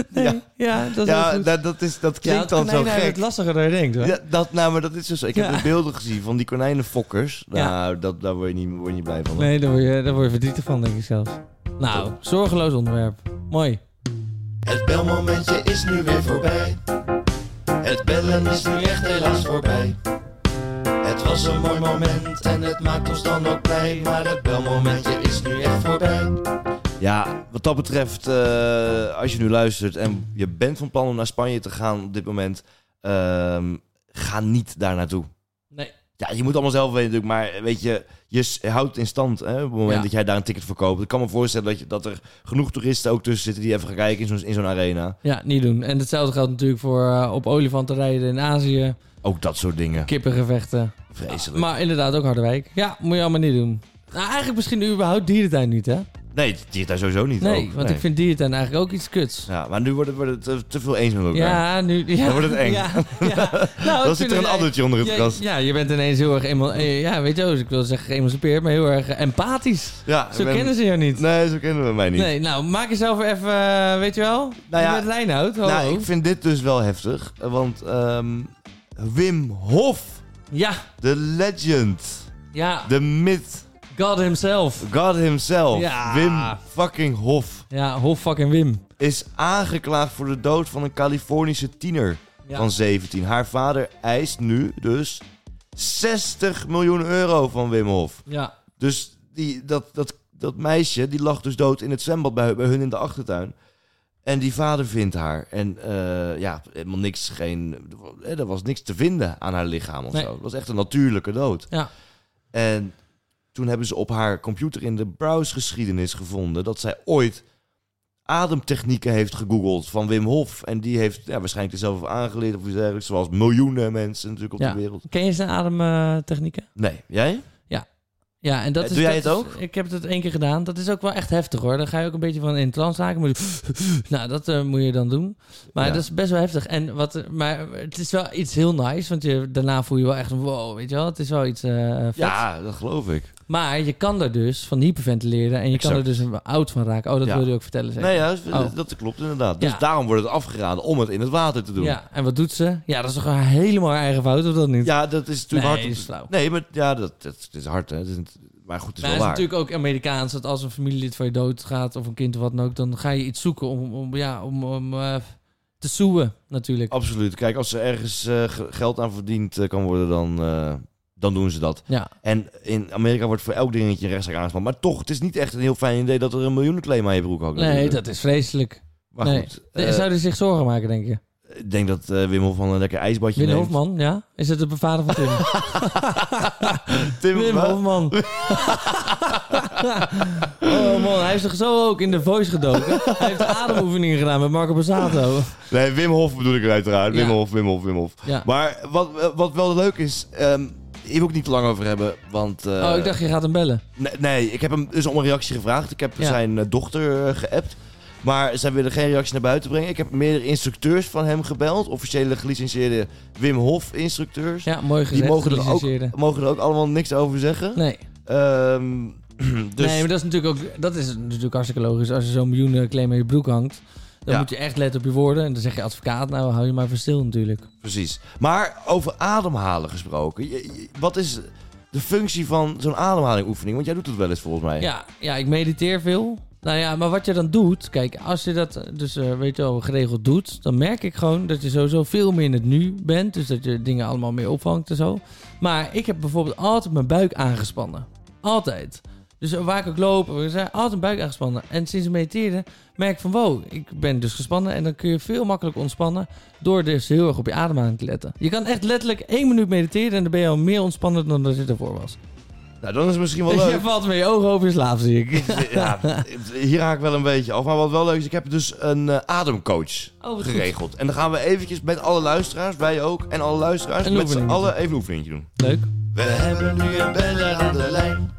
B: Nee, ja,
A: Ja.
B: dat is wel
A: ja,
B: goed.
A: dat, dat, is, dat
B: Ja,
A: klinkt dan zo
B: Het
A: gek.
B: konijn lastiger dan je denkt, hoor.
A: Ja, dat, nou, maar dat is dus zo. Ik
B: Ja.
A: heb de beelden gezien van die konijnenfokkers.
B: Ja.
A: Nou, dat, daar word je niet, word je niet blij van.
B: Nee, daar word, je, daar word je verdrietig van, denk ik zelfs. Nou, zorgeloos onderwerp. Mooi.
C: Het belmomentje is nu weer voorbij. Het bellen is nu echt helaas voorbij. Het was een mooi moment en het maakt ons dan ook blij. Maar het belmomentje is nu echt voorbij.
A: Ja, wat dat betreft, eh, als je nu luistert en je bent van plan om naar Spanje te gaan op dit moment, ehm, ga niet daar naartoe.
B: Nee.
A: Ja, je moet allemaal zelf weten natuurlijk, maar weet je, je s- houdt het in stand hè, op het moment
B: Ja.
A: dat jij daar een ticket voor koopt. Ik kan me voorstellen dat, je, dat er genoeg toeristen ook tussen zitten die even gaan kijken in zo'n, in zo'n arena.
B: Ja, niet doen. En hetzelfde geldt natuurlijk voor eh, op olifanten rijden in Azië,
A: Ook dat soort dingen.
B: kippengevechten.
A: Vreselijk.
B: Maar inderdaad ook Harderwijk. Ja, moet je allemaal niet doen. Nou, eigenlijk misschien überhaupt dierentuin niet, hè?
A: Nee, het is daar sowieso niet
B: Nee,
A: ook.
B: want ik vind dierentuin eigenlijk ook iets kuts.
A: Ja, maar nu worden we het te, te veel eens met elkaar.
B: Ja, nu... Ja,
A: Dan wordt het eng.
B: Ja, ja. Nou,
A: Dan zit
B: ik
A: er
B: vind het
A: een
B: eng.
A: addertje onder het
B: Ja,
A: gras.
B: ja, je bent ineens heel erg... Emo eh, ja, weet je wel, ik wil zeggen geëmancipeerd, maar heel erg eh, empathisch.
A: Ja,
B: Zo kennen ze jou niet.
A: Nee, zo kennen we mij niet.
B: Nee, nou, maak jezelf weer even, eh, weet je wel?
A: Nou ja,
B: met Lijnhout. hallo.
A: Nou, ik vind dit dus wel heftig. eh, Want ehm, Wim Hof,
B: Ja,
A: de legend,
B: ja,
A: de myth,
B: God himself.
A: God himself,
B: Ja.
A: Wim fucking Hof,
B: Ja, Hof fucking Wim.
A: is aangeklaagd voor de dood van een Californische tiener
B: Ja.
A: van 17. Haar vader eist nu dus 60 miljoen euro van Wim Hof.
B: Ja,
A: Dus die, dat, dat, dat meisje die lag dus dood in het zwembad bij, bij hun in de achtertuin. En die vader vindt haar. En eh, ja, helemaal niks, geen, eh, er was niks te vinden aan haar lichaam of
B: Nee.
A: zo. Het was echt een natuurlijke dood.
B: Ja.
A: En toen hebben ze op haar computer in de browsegeschiedenis gevonden dat zij ooit ademtechnieken heeft gegoogeld van Wim Hof. En die heeft ja, waarschijnlijk er zelf aangeleerd of iets dergelijks. Zoals miljoenen mensen natuurlijk op
B: Ja.
A: de wereld.
B: ken je zijn ademtechnieken?
A: Nee, jij?
B: Ja, en dat
A: Eh,
B: is...
A: doe jij
B: dat
A: het
B: is-
A: ook?
B: ik heb het één keer gedaan. Dat is ook wel echt heftig, hoor. Dan ga je ook een beetje van in trance raken. Moet je- nou, dat eh, moet je dan doen. Maar
A: Ja.
B: dat is best wel heftig. En wat, eh, maar het is wel iets heel nice, want je, daarna voel je wel echt... Wow, weet je wel? Het is wel iets eh vets.
A: Ja, dat geloof ik.
B: Maar je kan er dus van hyperventileren en je kan er dus een oud van raken. Oh, dat
A: Ja.
B: wilde je ook vertellen, zeker?
A: Nee, ja, dat-
B: Oh.
A: dat klopt inderdaad. Dus
B: Ja.
A: daarom wordt het afgeraden om het in het water te doen. Ja,
B: Ja, en wat doet ze? Ja, dat is toch haar helemaal haar eigen fout, of dat niet?
A: dat is
B: nee,
A: natuurlijk hard. om
B: is
A: te-
B: flauw.
A: Nee, maar ja, dat, dat, het is hard. Hè. Het is niet- maar goed, het is
B: Maar
A: wel
B: het is
A: waar.
B: natuurlijk ook Amerikaans dat als een familielid van je doodgaat of een kind of wat dan ook, dan ga je iets zoeken om, om, ja, om, om eh, te soeën natuurlijk.
A: Absoluut. Kijk, als er ergens eh, ge- geld aan verdiend eh, kan worden, dan, eh, dan doen ze dat.
B: Ja,
A: En in Amerika wordt voor elk dingetje een rechtszaak aangespannen. Maar toch, het is niet echt een heel fijn idee dat er een miljoenenclaim aan je broek hangt.
B: nee,
A: natuurlijk.
B: dat is vreselijk.
A: Maar
B: nee.
A: goed,
B: Ze
A: eh,
B: Zouden zich zorgen maken, denk je?
A: Ik denk dat eh, Wim Hofman een lekker ijsbadje
B: Wim
A: neemt.
B: Hofman, ja? Is het de vader van Tim?
A: Tim
B: Wim
A: Hofman.
B: Hofman. oh man, hij heeft zich zo ook in de voice gedoken. Hij heeft ademoefeningen gedaan met Marco Borsato.
A: Nee, Wim Hof bedoel ik uiteraard. Wim
B: Ja.
A: Hof, Wim Hof, Wim Hof.
B: Ja.
A: Maar wat, wat wel leuk is... ehm hier wil ik niet te lang over hebben, want... eh,
B: Oh, ik dacht je gaat hem bellen.
A: Nee, nee, ik heb hem dus om een reactie gevraagd. Ik heb
B: Ja.
A: zijn eh, dochter eh, geappt. Maar zij willen geen reactie naar buiten brengen. Ik heb meerdere instructeurs van hem gebeld. Officiële gelicenseerde Wim Hof instructeurs.
B: Ja, mooi gezegd.
A: Die mogen er,
B: gelicenseerde.
A: ook, mogen er ook allemaal niks over zeggen.
B: Nee.
A: Ehm, dus
B: Nee, maar dat is natuurlijk ook dat is natuurlijk hartstikke logisch. Als je zo'n miljoenen claim in je broek hangt, dan
A: Ja.
B: moet je echt letten op je woorden. En dan zeg je advocaat, nou hou je maar voor stil natuurlijk.
A: precies. Maar over ademhalen gesproken. Je- je- wat is de functie van zo'n ademhalingoefening? Want jij doet het wel eens volgens mij.
B: Ja, ja, ik mediteer veel. Nou ja, maar wat je dan doet, kijk, als je dat dus eh, weet je wel, geregeld doet, dan merk ik gewoon dat je sowieso veel meer in het nu bent. Dus dat je dingen allemaal meer opvangt en zo. Maar ik heb bijvoorbeeld altijd mijn buik aangespannen. Altijd. Dus waar ik ook loop, ik zei, altijd mijn buik aangespannen. En sinds ik mediteerde merk ik van wow, ik ben dus gespannen. En dan kun je veel makkelijk ontspannen door dus heel erg op je ademhaling te letten. Je kan echt letterlijk één minuut mediteren en dan ben je al meer ontspannen dan dat je ervoor was.
A: Nou, dan is het misschien wel
B: Dus je
A: leuk. Dus, eh,
B: valt met je ogen over je slaap, zie ik.
A: Ja, hier haak ik wel een beetje af. Maar wat wel leuk is, ik heb dus een eh, ademcoach
B: Oh, wat goed.
A: geregeld. En dan gaan we eventjes met alle luisteraars, wij ook, en alle luisteraars,
B: Een
A: met z'n
B: oefeningetje.
A: allen even een oefeningetje doen.
B: Leuk.
C: We hebben nu een beller aan de lijn.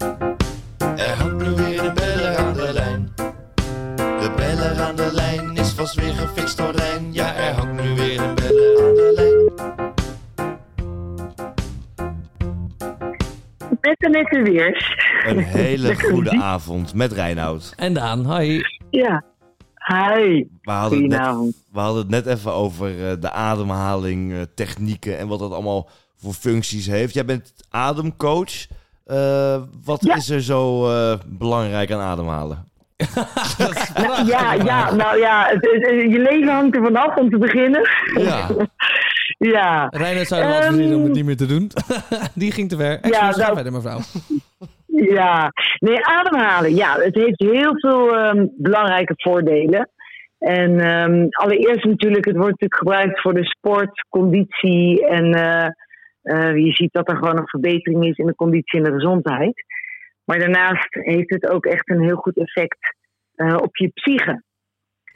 C: Er hangt nu weer een beller aan de lijn. De beller aan de lijn is vast weer gefixt door Rijn. Ja, er hangt nu weer een beller aan de lijn.
E: Met de nette weers.
A: Een hele goede avond met Reinoud.
B: En Daan, hi.
E: Ja. Hi.
A: We hadden het net,
E: Goedenavond.
A: we hadden het net even over eh, de ademhaling, eh, technieken en wat dat allemaal voor functies heeft. Jij bent ademcoach. Eh, wat
E: Ja.
A: is er zo eh, belangrijk aan ademhalen?
E: Ja, ja, nou ja, het- het- het- je leven hangt er vanaf om te beginnen.
A: Ja,
E: Ja.
B: Reinhard zou je wel
E: Ehm,
B: adviseren om het niet meer te doen. Die ging te ver. Ja,
E: nou-
B: verder, mevrouw.
E: Ja, nee, ademhalen. Ja, het heeft heel veel ehm, belangrijke voordelen. En ehm, allereerst natuurlijk, het wordt natuurlijk gebruikt voor de sport, conditie. En eh, eh, je ziet dat er gewoon een verbetering is in de conditie en de gezondheid. Maar daarnaast heeft het ook echt een heel goed effect eh, op je psyche.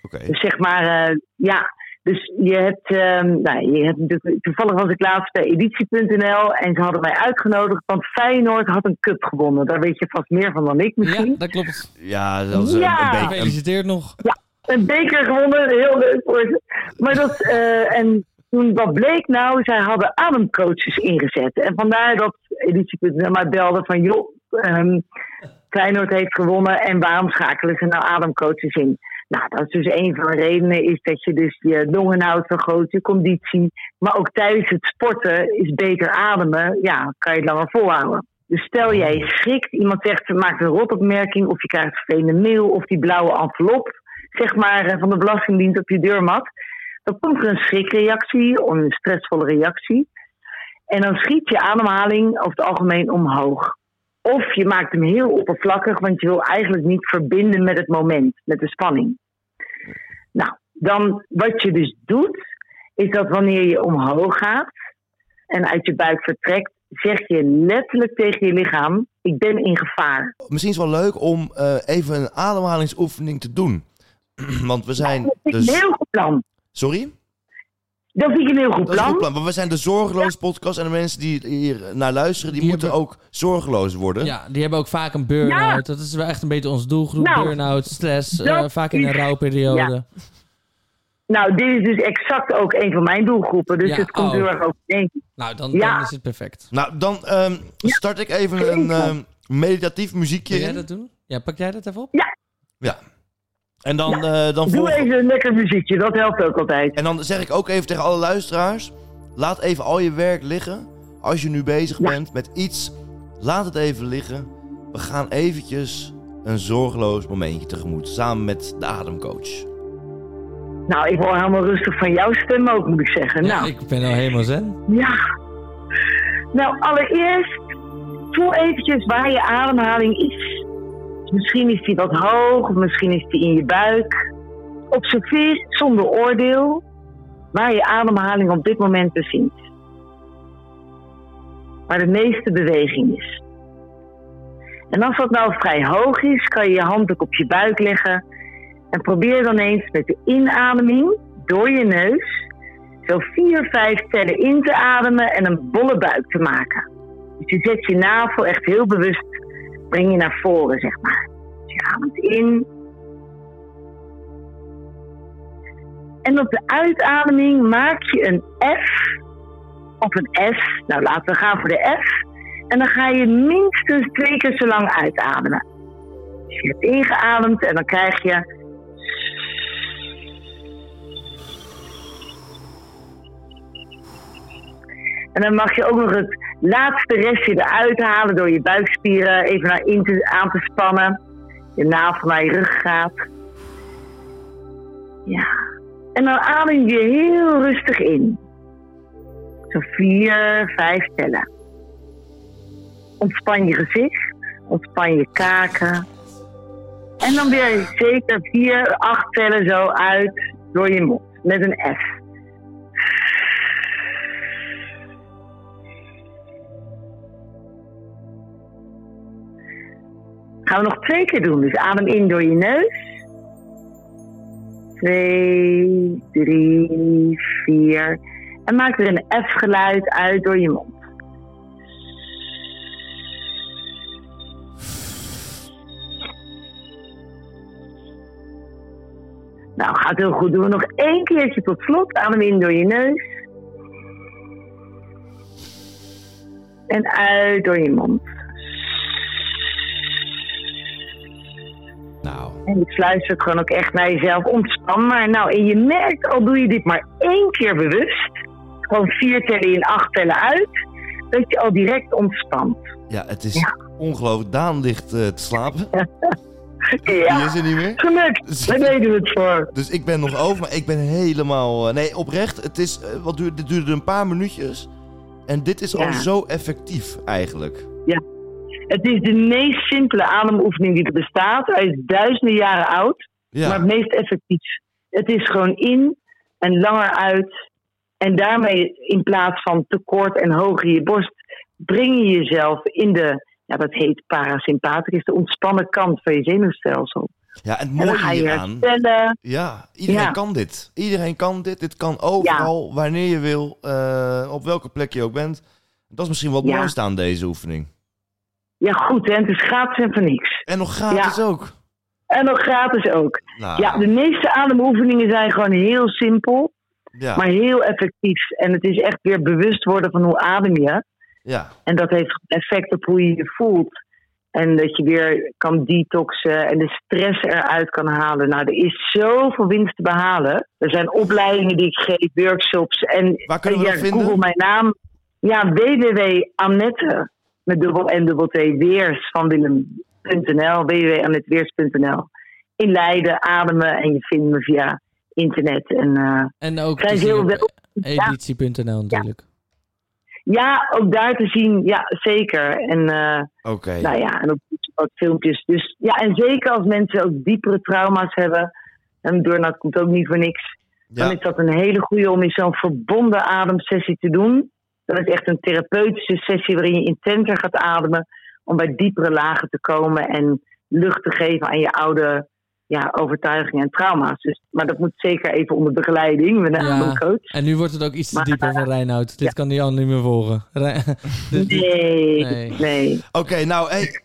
A: oké.
E: Dus zeg maar, eh, ja. Dus je hebt, ehm, nou, je hebt natuurlijk, toevallig was ik laatst bij editie.nl en ze hadden mij uitgenodigd, want Feyenoord had een cup gewonnen. Daar weet je vast meer van dan ik
B: Ja,
E: misschien.
B: dat klopt.
A: Ja, dat is een-
E: Ja.
A: een, beetje.
B: Gefeliciteerd nog.
E: Een beker gewonnen, heel leuk voor ze. Maar dat, eh, en toen, wat bleek nou, zij hadden ademcoaches ingezet. En vandaar dat editie.nl mij belde van, joh, ehm, Feyenoord heeft gewonnen en waarom schakelen ze nou ademcoaches in? Nou, dat is dus een van de redenen is dat je dus je longen houdt vergroot, je conditie. Maar ook tijdens het sporten is beter ademen, ja, kan je het langer volhouden. Dus stel jij schrikt, iemand zegt, maakt een rotopmerking of je krijgt een vervelende mail of die blauwe envelop, zeg maar, eh, van de Belastingdienst op je deurmat. Dan komt er een schrikreactie of een stressvolle reactie. En dan schiet je ademhaling over het algemeen omhoog. Of je maakt hem heel oppervlakkig, want je wil eigenlijk niet verbinden met het moment, met de spanning. Nou, dan wat je dus doet, is dat wanneer je omhoog gaat en uit je buik vertrekt, zeg je letterlijk tegen je lichaam: Ik ben in gevaar.
A: Misschien is het wel leuk om eh, even een ademhalingsoefening te doen. Want we zijn.
E: Dat vind ik
A: Dus...
E: een heel goed plan.
A: Sorry?
E: Dat vind ik een heel goed
A: Dat is een goed
E: plan.
A: plan. Maar we zijn de zorgeloos podcast. En de mensen die hier naar luisteren, die
B: Die
A: moeten ook zorgeloos worden.
B: Ja, die hebben ook vaak een burn-out. Dat is wel echt een beetje onze doelgroep.
E: Nou,
B: burn-out, stress, eh,
E: dat
B: vaak in een
E: is-
B: rouwperiode.
E: Nou, dit is dus exact ook een van mijn doelgroepen. Dus
B: Ja,
E: het komt
B: oh.
E: heel erg overeen.
B: Nou, dan,
E: Ja.
B: dan is het perfect.
A: Nou, dan ehm, start ik even een
E: zeker.
A: ehm, meditatief muziekje
B: Kun jij
A: in.
B: dat doen? Ja, pak jij dat even op?
A: Ja. En dan, eh, dan
E: Doe
A: volg-
E: even een lekker muziekje, dat helpt ook altijd.
A: En dan zeg ik ook even tegen alle luisteraars: laat even al je werk liggen. Als je nu bezig
E: Ja.
A: bent met iets, laat het even liggen. We gaan eventjes een zorgeloos momentje tegemoet. Samen met de ademcoach.
E: Nou, ik word helemaal rustig van jouw stem ook, moet ik zeggen.
B: Ja,
E: nou,
B: ik ben al helemaal zen.
E: ja. Nou, allereerst voel eventjes waar je ademhaling is. Misschien is die wat hoog, of misschien is die in je buik. Observeer zonder oordeel. waar je ademhaling op dit moment bevindt. Waar de meeste beweging is. En als dat nou vrij hoog is, kan je je handdoek op je buik leggen. En probeer dan eens met de inademing door je neus zo vier, vijf tellen in te ademen en een bolle buik te maken. Dus je zet je navel echt heel bewust, breng je naar voren, zeg maar. Dus je ademt in. En op de uitademing maak je een F of een S. Nou, laten we gaan voor de F. En dan ga je minstens twee keer zo lang uitademen. Dus je hebt ingeademd en dan krijg je. En dan mag je ook nog het laatste restje eruit halen door je buikspieren even naar in te, aan te spannen. Je navel naar je rug gaat. Ja. En dan adem je heel rustig in. Zo vier, vijf tellen. Ontspan je gezicht. Ontspan je kaken. En dan weer zeker vier, acht tellen zo uit door je mond. Met een F. Gaan we nog twee keer doen. Dus adem in door je neus. Twee, drie, vier. En maak weer een F-geluid uit door je mond. Nou, gaat heel goed. Doen we nog één keertje tot slot. Adem in door je neus. En uit door je mond.
A: Nou,
E: En dit fluistert gewoon ook echt naar jezelf. Ontspan maar. Nou, en je merkt, al doe je dit maar één keer bewust, gewoon vier tellen in, acht tellen uit, dat je al direct ontspant.
A: ja, het is ongelooflijk. Daan ligt eh, te slapen. Die
E: Ja,
A: is er niet meer.
E: gelukt. Daar deden we het voor.
A: Dus ik ben nog over, maar ik ben helemaal... eh, nee, oprecht, het is, eh, wat duurde, dit duurde een paar minuutjes. En dit is al
E: Ja.
A: zo effectief eigenlijk.
E: Het is de meest simpele ademoefening die er bestaat. Hij is duizenden jaren oud, maar
A: Ja,
E: het meest effectief. Het is gewoon in en langer uit. En daarmee, in plaats van te kort en hoog in je borst, breng je jezelf in de, ja, dat heet parasympathicus, de ontspannen kant van je zenuwstelsel.
A: ja en het
E: En dan
A: mooie
E: ga je
A: hieraan...
E: herstellen.
A: Ja, iedereen
E: Ja.
A: kan dit. Iedereen kan dit. Dit kan overal, wanneer je wil, eh, op welke plek je ook bent. Dat is misschien wat
E: Ja.
A: mooist aan deze oefening.
E: Ja, goed, hè? het is gratis en voor niks.
A: En nog gratis ook.
E: En nog gratis ook.
A: Nou,
E: Ja, de meeste ademoefeningen zijn gewoon heel simpel,
A: ja,
E: maar heel effectief. En het is echt weer bewust worden van hoe adem je.
A: ja.
E: En dat heeft effect op hoe je je voelt. En dat je weer kan detoxen en de stress eruit kan halen. Nou, er is zoveel winst te behalen. Er zijn opleidingen die ik geef, workshops. En
A: Waar kunnen we
E: ja,
A: dat vinden?
E: Google mijn naam. Ja, www.annette, E met dubbel en dubbel T, Weers van Willem.nl, E www.annetteweers.nl. In Leiden, ademen en je vindt me via internet. En, eh,
B: En ook
E: Zij
B: te
E: is
B: zien
E: heel
B: op
E: wel- ja.
B: editie.nl natuurlijk.
E: ja, ook daar te zien, ja, zeker. En... eh,
A: Oké.
E: Nou ja, en ook, ook filmpjes. Dus ja, en zeker als mensen ook diepere trauma's hebben. En burn-out komt ook niet voor niks. Dan
A: Ja,
E: is dat een hele goede om in zo'n verbonden ademsessie te doen. Dat is echt een therapeutische sessie waarin je intenser gaat ademen. Om bij diepere lagen te komen en lucht te geven aan je oude ja, overtuigingen en trauma's. Dus, maar dat moet zeker even onder begeleiding met een
B: Ja.
E: ademcoach.
B: En nu wordt het ook iets te
E: Maar-
B: dieper van Reinoud. Dit kan die al niet meer volgen. Re- Dit-
E: Nee,
B: Nee.
E: nee.
A: oké. nou, hey,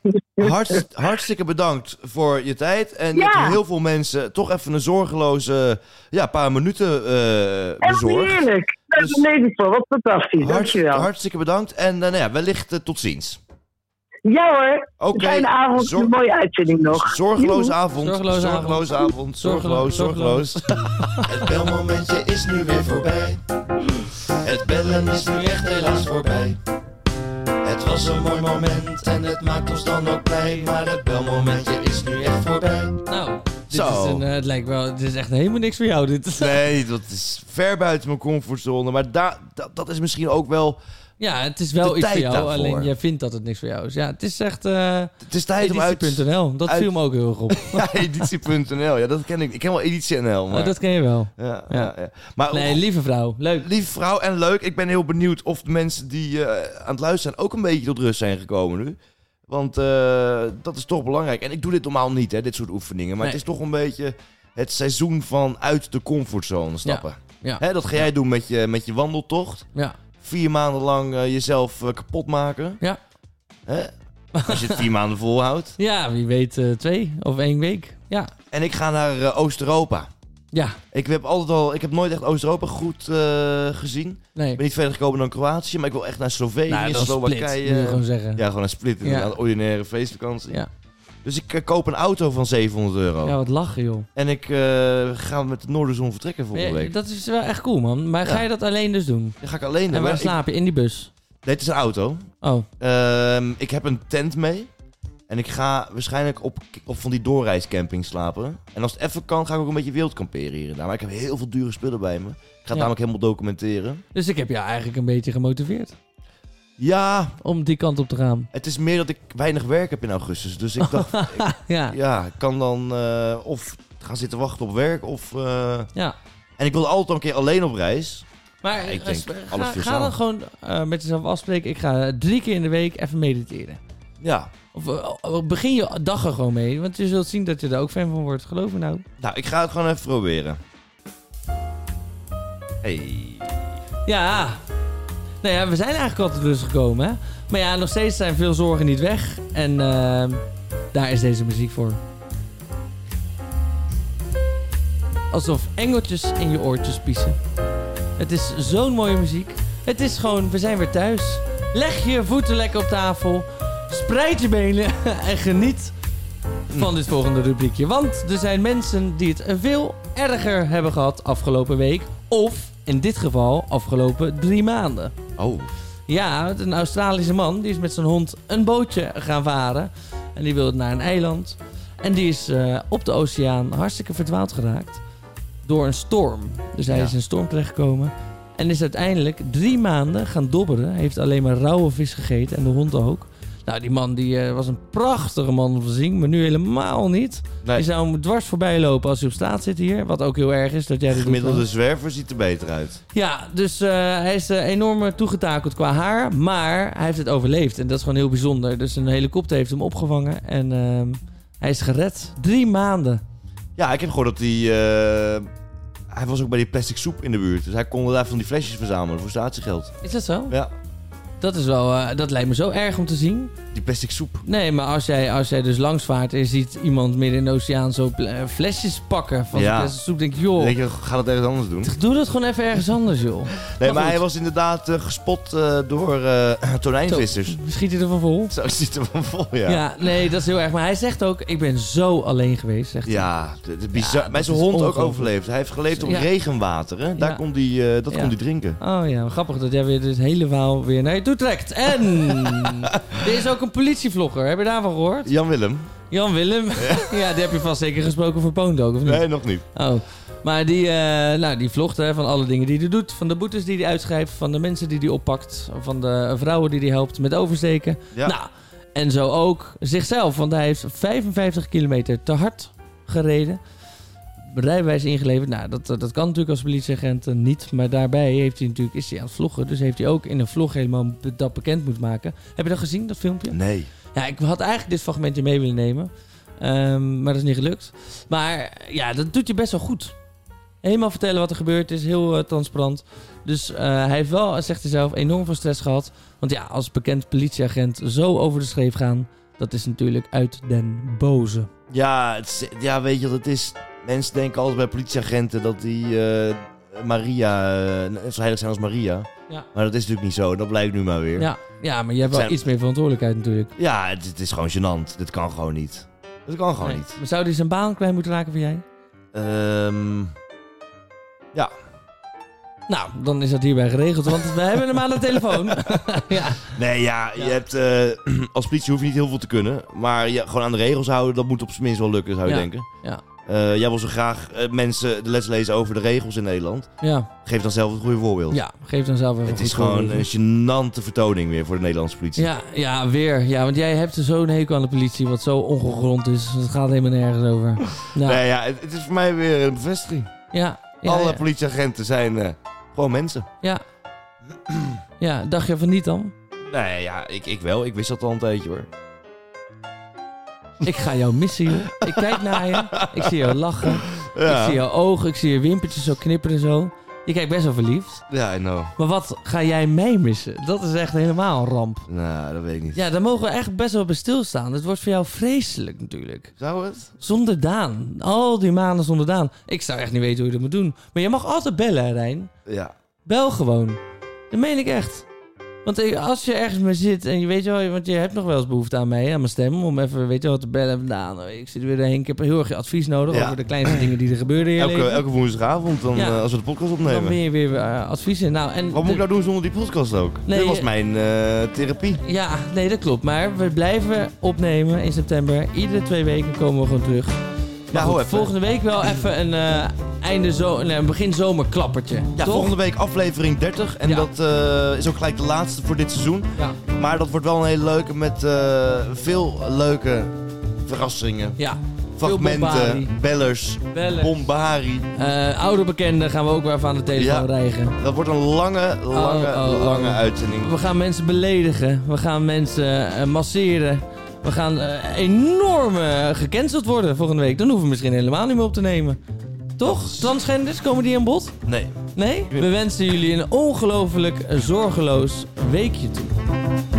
A: hartst- hartstikke bedankt voor je tijd. En je
E: Ja.
A: hebt heel veel mensen toch even een zorgeloze ja, paar minuten eh
E: En
A: bezorgd.
E: heerlijk. Daar
A: Dus-
E: ben ik blij voor. Wat fantastisch. Dankjewel.
A: hartstikke bedankt. En eh, nou ja, wellicht eh, tot ziens.
E: Ja hoor.
A: Oké.
E: Fijne avond.
A: Zor-
E: Een mooie uitzending nog.
A: Zorgeloze
E: Joe.
A: avond.
B: Zorgeloze avond.
A: Zorgeloze avond. Zorgeloos,
B: Zorgeloos,
A: zorgeloos.
C: Het belmomentje is nu weer voorbij. Het bellen is nu echt helaas voorbij. Het was een mooi moment en het maakt ons dan ook blij. Maar het belmomentje is nu echt voorbij.
B: Nou, Dit
A: Zo.
B: is een, eh, het lijkt wel, het is echt helemaal niks voor jou dit.
A: Nee, dat is ver buiten mijn comfortzone. Maar daar, dat, dat is misschien ook wel...
B: Ja, het is wel
A: De
B: iets voor
A: tijd
B: jou,
A: daarvoor.
B: alleen jij vindt dat het niks voor jou is. Ja, het is echt eh
A: Het is tijd om uit...
B: editie.nl, dat
A: uit-
B: viel me ook heel erg op.
A: Ja, editie.nl. Ja, dat ken ik. Ik ken wel editie.nl. Maar...
B: Oh, dat ken je wel.
A: ja,
B: ja.
A: ja, ja. Maar
B: Nee, lieve vrouw, leuk.
A: Lieve vrouw en leuk. Ik ben heel benieuwd of de mensen die eh, aan het luisteren zijn ook een beetje tot rust zijn gekomen nu. Want eh, dat is toch belangrijk. En ik doe dit normaal niet, hè, dit soort oefeningen. Maar
B: Nee.
A: het is toch een beetje het seizoen van uit de comfortzone stappen.
B: Ja.
A: Hè, dat ga jij doen met je, met je wandeltocht.
B: Ja,
A: Vier maanden lang eh, jezelf eh, kapot maken.
B: Ja.
A: Hè? Als je het vier maanden volhoudt.
B: ja wie weet eh, twee of één week. Ja,
A: En ik ga naar eh, Oost-Europa.
B: ja,
A: Ik heb, altijd al, ik heb nooit echt Oost-Europa goed eh, gezien.
B: nee.
A: Ik ben niet verder gekomen dan Kroatië, maar ik wil echt naar Slovenië,
B: Nou, dat is split, moet
A: Slowakije.
B: je gewoon zeggen. Ja,
A: eh, Ja, gewoon een split inderdaad. Ordinaire feestvakantie.
B: Ja.
A: Dus ik eh, koop een auto van 700 euro.
B: wat lachen joh.
A: En ik eh, ga met de Noorderzon vertrekken volgende
B: Ja,
A: week.
B: dat is wel echt cool man, maar ga
A: Ja.
B: je dat alleen dus doen?
A: Dan ga ik alleen
B: En
A: maar
B: waar
A: ik-
B: slaap je? In die bus?
A: Nee, het is een auto.
B: Oh,
A: Ehm, ik heb een tent mee. En ik ga waarschijnlijk op, op van die doorreiscamping slapen. En als het even kan, ga ik ook een beetje wild kamperen hier en daar. Maar ik heb heel veel dure spullen bij me. Ik ga het namelijk helemaal documenteren.
B: dus ik heb jou eigenlijk een beetje gemotiveerd
A: Ja,
B: om die kant op te gaan.
A: het is meer dat ik weinig werk heb in augustus. Dus ik dacht, ik-
B: Ja,
A: ja, ik kan dan eh, of gaan zitten wachten op werk of... eh,
B: ja.
A: En ik wilde altijd al een keer alleen op reis.
B: Maar
A: ik
B: eh,
A: denk,
B: ga,
A: alles
B: ga
A: voor jezelf.
B: dan gewoon eh, met jezelf afspreken. Ik ga drie keer in de week even mediteren.
A: Ja.
B: Of eh, begin je dag er gewoon mee. Want je zult zien dat je er ook fan van wordt. Geloof me nou.
A: Nou, ik ga het gewoon even proberen. Hey.
B: Ja. Nou ja, we zijn eigenlijk al tot rust gekomen. Hè? Maar ja, nog steeds zijn veel zorgen niet weg. En eh, daar is deze muziek voor. Alsof engeltjes in je oortjes piezen. Het is zo'n mooie muziek. Het is gewoon, we zijn weer thuis. Leg je voeten lekker op tafel. Spreid je benen en geniet van dit volgende rubriekje. Want er zijn mensen die het veel erger hebben gehad afgelopen week. Of in dit geval afgelopen drie maanden.
A: Oh.
B: Ja, een Australische man die is met zijn hond een bootje gaan varen. En die wilde naar een eiland. En die is eh, op de oceaan hartstikke verdwaald geraakt door een storm. Dus hij
A: Ja.
B: is in een storm terechtgekomen. En is uiteindelijk drie maanden gaan dobberen. Hij heeft alleen maar rauwe vis gegeten en de hond ook. Nou, die man die, eh, was een prachtige man om te zien, maar nu helemaal niet.
A: Nee,
B: Je zou hem dwars voorbij lopen als hij op straat zit hier. Wat ook heel erg is dat jij dit doet, man.
A: gemiddelde zwerver ziet er beter uit.
B: Ja, dus eh, hij is eh, enorm toegetakeld qua haar. Maar hij heeft het overleefd. En dat is gewoon heel bijzonder. Dus een helikopter heeft hem opgevangen. En ehm, hij is gered. Drie maanden.
A: Ja, ik heb gehoord dat hij... eh, hij was ook bij die plastic soep in de buurt. Dus hij kon daar van die flesjes verzamelen voor statiegeld.
B: Is dat zo?
A: Ja,
B: Dat, is wel, eh, dat lijkt me zo erg om te zien.
A: die plastic soep.
B: Nee, maar als jij, als jij dus langsvaart en je ziet iemand midden in de oceaan zo pl- eh, flesjes pakken van
A: Ja.
B: de soep, denk je,
A: Dan
B: joh,
A: denk je, ga dat ergens anders doen.
B: doe dat gewoon even ergens anders, joh.
A: Nee, maar
B: goed.
A: hij was inderdaad eh, gespot eh, door eh tonijnvissers. Zo.
B: Schiet hij ervan vol?
A: ziet er van vol, ja.
B: Ja.
A: Ja,
B: nee, dat is heel erg. Maar hij zegt ook, ik ben zo alleen geweest, zegt hij.
A: het is bizar.
B: Ja,
A: Bij
B: dat
A: zijn
B: is
A: hond ook
B: ongelooflijk.
A: overleefd. Hij heeft geleefd op
B: Ja.
A: regenwater. Hè? Daar
B: Ja.
A: kon die, eh, dat
B: Ja.
A: kon hij drinken.
B: Oh ja, grappig dat jij weer dit hele verhaal weer naar je toe trekt. En er is ook een politievlogger. Heb je daarvan gehoord?
A: Jan Willem?
B: Jan Willem. Ja, die heb je vast zeker gesproken voor Poondog, of niet?
A: Nee, nog niet.
B: Oh. Maar die, eh, nou, die vlogt hè, van alle dingen die hij doet. Van de boetes die hij uitschrijft. Van de mensen die hij oppakt. Van de vrouwen die hij helpt met oversteken.
A: Ja.
B: Nou, en zo ook zichzelf. Want hij heeft 55 kilometer te hard gereden. Rijbewijs ingeleverd. Nou, dat, dat kan natuurlijk als politieagent eh, niet. Maar daarbij heeft hij natuurlijk, is hij aan het vloggen. Dus heeft hij ook in een vlog helemaal be- dat bekend moeten maken. Heb je dat gezien, dat filmpje?
A: Nee.
B: Ja, ik had eigenlijk dit fragmentje mee willen nemen. Ehm, maar dat is niet gelukt. Maar ja, dat doet je best wel goed. Helemaal vertellen wat er gebeurd is, heel eh, transparant. Dus eh, hij heeft wel, zegt hij zelf, enorm veel stress gehad. Want ja, als bekend politieagent zo over de schreef gaan, dat is natuurlijk uit den boze.
A: Ja, het is- ja, weet je wat het is? Mensen denken altijd bij politieagenten dat die eh, Maria, eh, net zo heilig zijn als Maria.
B: Ja.
A: Maar dat is natuurlijk niet zo, dat blijkt nu maar weer. Ja,
B: Ja, ja maar je hebt wel
A: Zijn-
B: iets meer verantwoordelijkheid natuurlijk.
A: het, het is gewoon gênant. Dit kan gewoon niet. Dat kan gewoon
B: Nee.
A: niet.
B: Maar zou hij zijn baan kwijt moeten raken voor jij?
A: Ehm,
B: Nou, dan is dat hierbij geregeld, want we hebben hem aan de telefoon. ja.
A: nee, ja,
B: Ja.
A: je hebt... eh, als politie hoef je niet heel veel te kunnen. Maar je, gewoon aan de regels houden, dat moet op zijn minst wel lukken, zou je
B: Ja.
A: denken.
B: Ja.
A: Eh, jij wil zo graag eh, mensen de les lezen over de regels in Nederland.
B: Ja,
A: Geef dan zelf het goede voorbeeld.
B: ja geef dan zelf even
A: het
B: een
A: is
B: goed
A: gewoon eh,
B: voorbeeld.
A: een gênante vertoning weer voor de Nederlandse politie.
B: Ja, ja, weer. Ja, want jij hebt er zo'n hekel aan de politie, wat zo ongegrond is. Het gaat helemaal nergens over. Ja,
A: Nee, ja, het, het is voor mij weer een bevestiging.
B: ja, ja,
A: Alle
B: ja,
A: politieagenten zijn eh, gewoon mensen.
B: ja. Ja, dacht je van niet dan?
A: Nee, ja, ik, ik wel. Ik wist dat al een tijdje hoor.
B: Ik ga jou missen, joh. Ik kijk naar je. Ik zie jou lachen. Ik
A: Ja,
B: zie jouw ogen. Ik zie je wimpertjes zo knipperen zo. Je kijkt best wel verliefd.
A: ja I know.
B: Maar wat ga jij mij missen? Dat is echt helemaal een ramp.
A: Nou, dat weet ik niet.
B: Ja, daar mogen we echt best wel bij stilstaan. Het wordt voor jou vreselijk natuurlijk.
A: Zou het?
B: Zonder Daan. Al die maanden zonder Daan. Ik zou echt niet weten hoe je dat moet doen. Maar je mag altijd bellen, hè, Rijn.
A: Ja.
B: Bel gewoon. Dat meen ik echt. Want eh, als je ergens mee zit en je weet wel, want je hebt nog wel eens behoefte aan mij, aan mijn stem, om even, weet je wel, te bellen. Van, Nou, nou, ik zit weer heen. Ik heb heel erg je advies nodig
A: Ja.
B: over de kleinste dingen die er gebeuren in je
A: Elke,
B: leven.
A: elke woensdagavond dan,
B: Ja.
A: eh, als we de podcast opnemen.
B: Dan ben je weer eh, advies in. Nou, en
A: Wat moet
B: de-
A: ik nou doen zonder die podcast ook?
B: Nee,
A: Dit was
B: je-
A: mijn eh, therapie.
B: Ja, nee, dat klopt. Maar we blijven opnemen in september. Iedere twee weken komen we gewoon terug. Maar
A: hoe
B: goed,
A: even.
B: volgende week wel even een eh, einde zo nee, een begin zomerklappertje.
A: Ja,
B: toch?
A: volgende week aflevering 30. En
B: Ja.
A: dat eh, is ook gelijk de laatste voor dit seizoen.
B: Ja.
A: Maar dat wordt wel een hele leuke met eh, veel leuke verrassingen.
B: ja. Bombari.
A: Fragmenten, bellers,
B: Bellen.
A: bombari.
B: Eh, oude bekenden gaan we ook weer even aan de telefoon
A: Ja.
B: rijgen.
A: Dat wordt een lange, lange,
B: oh, oh.
A: lange uitzending.
B: We gaan mensen beledigen. We gaan mensen eh, masseren. We gaan eh, enorm eh, gecanceld worden volgende week. Dan hoeven we misschien helemaal niet meer op te nemen. Toch? Transgenders, komen die aan bod?
A: Nee.
B: Nee? We wensen jullie een ongelooflijk zorgeloos weekje toe.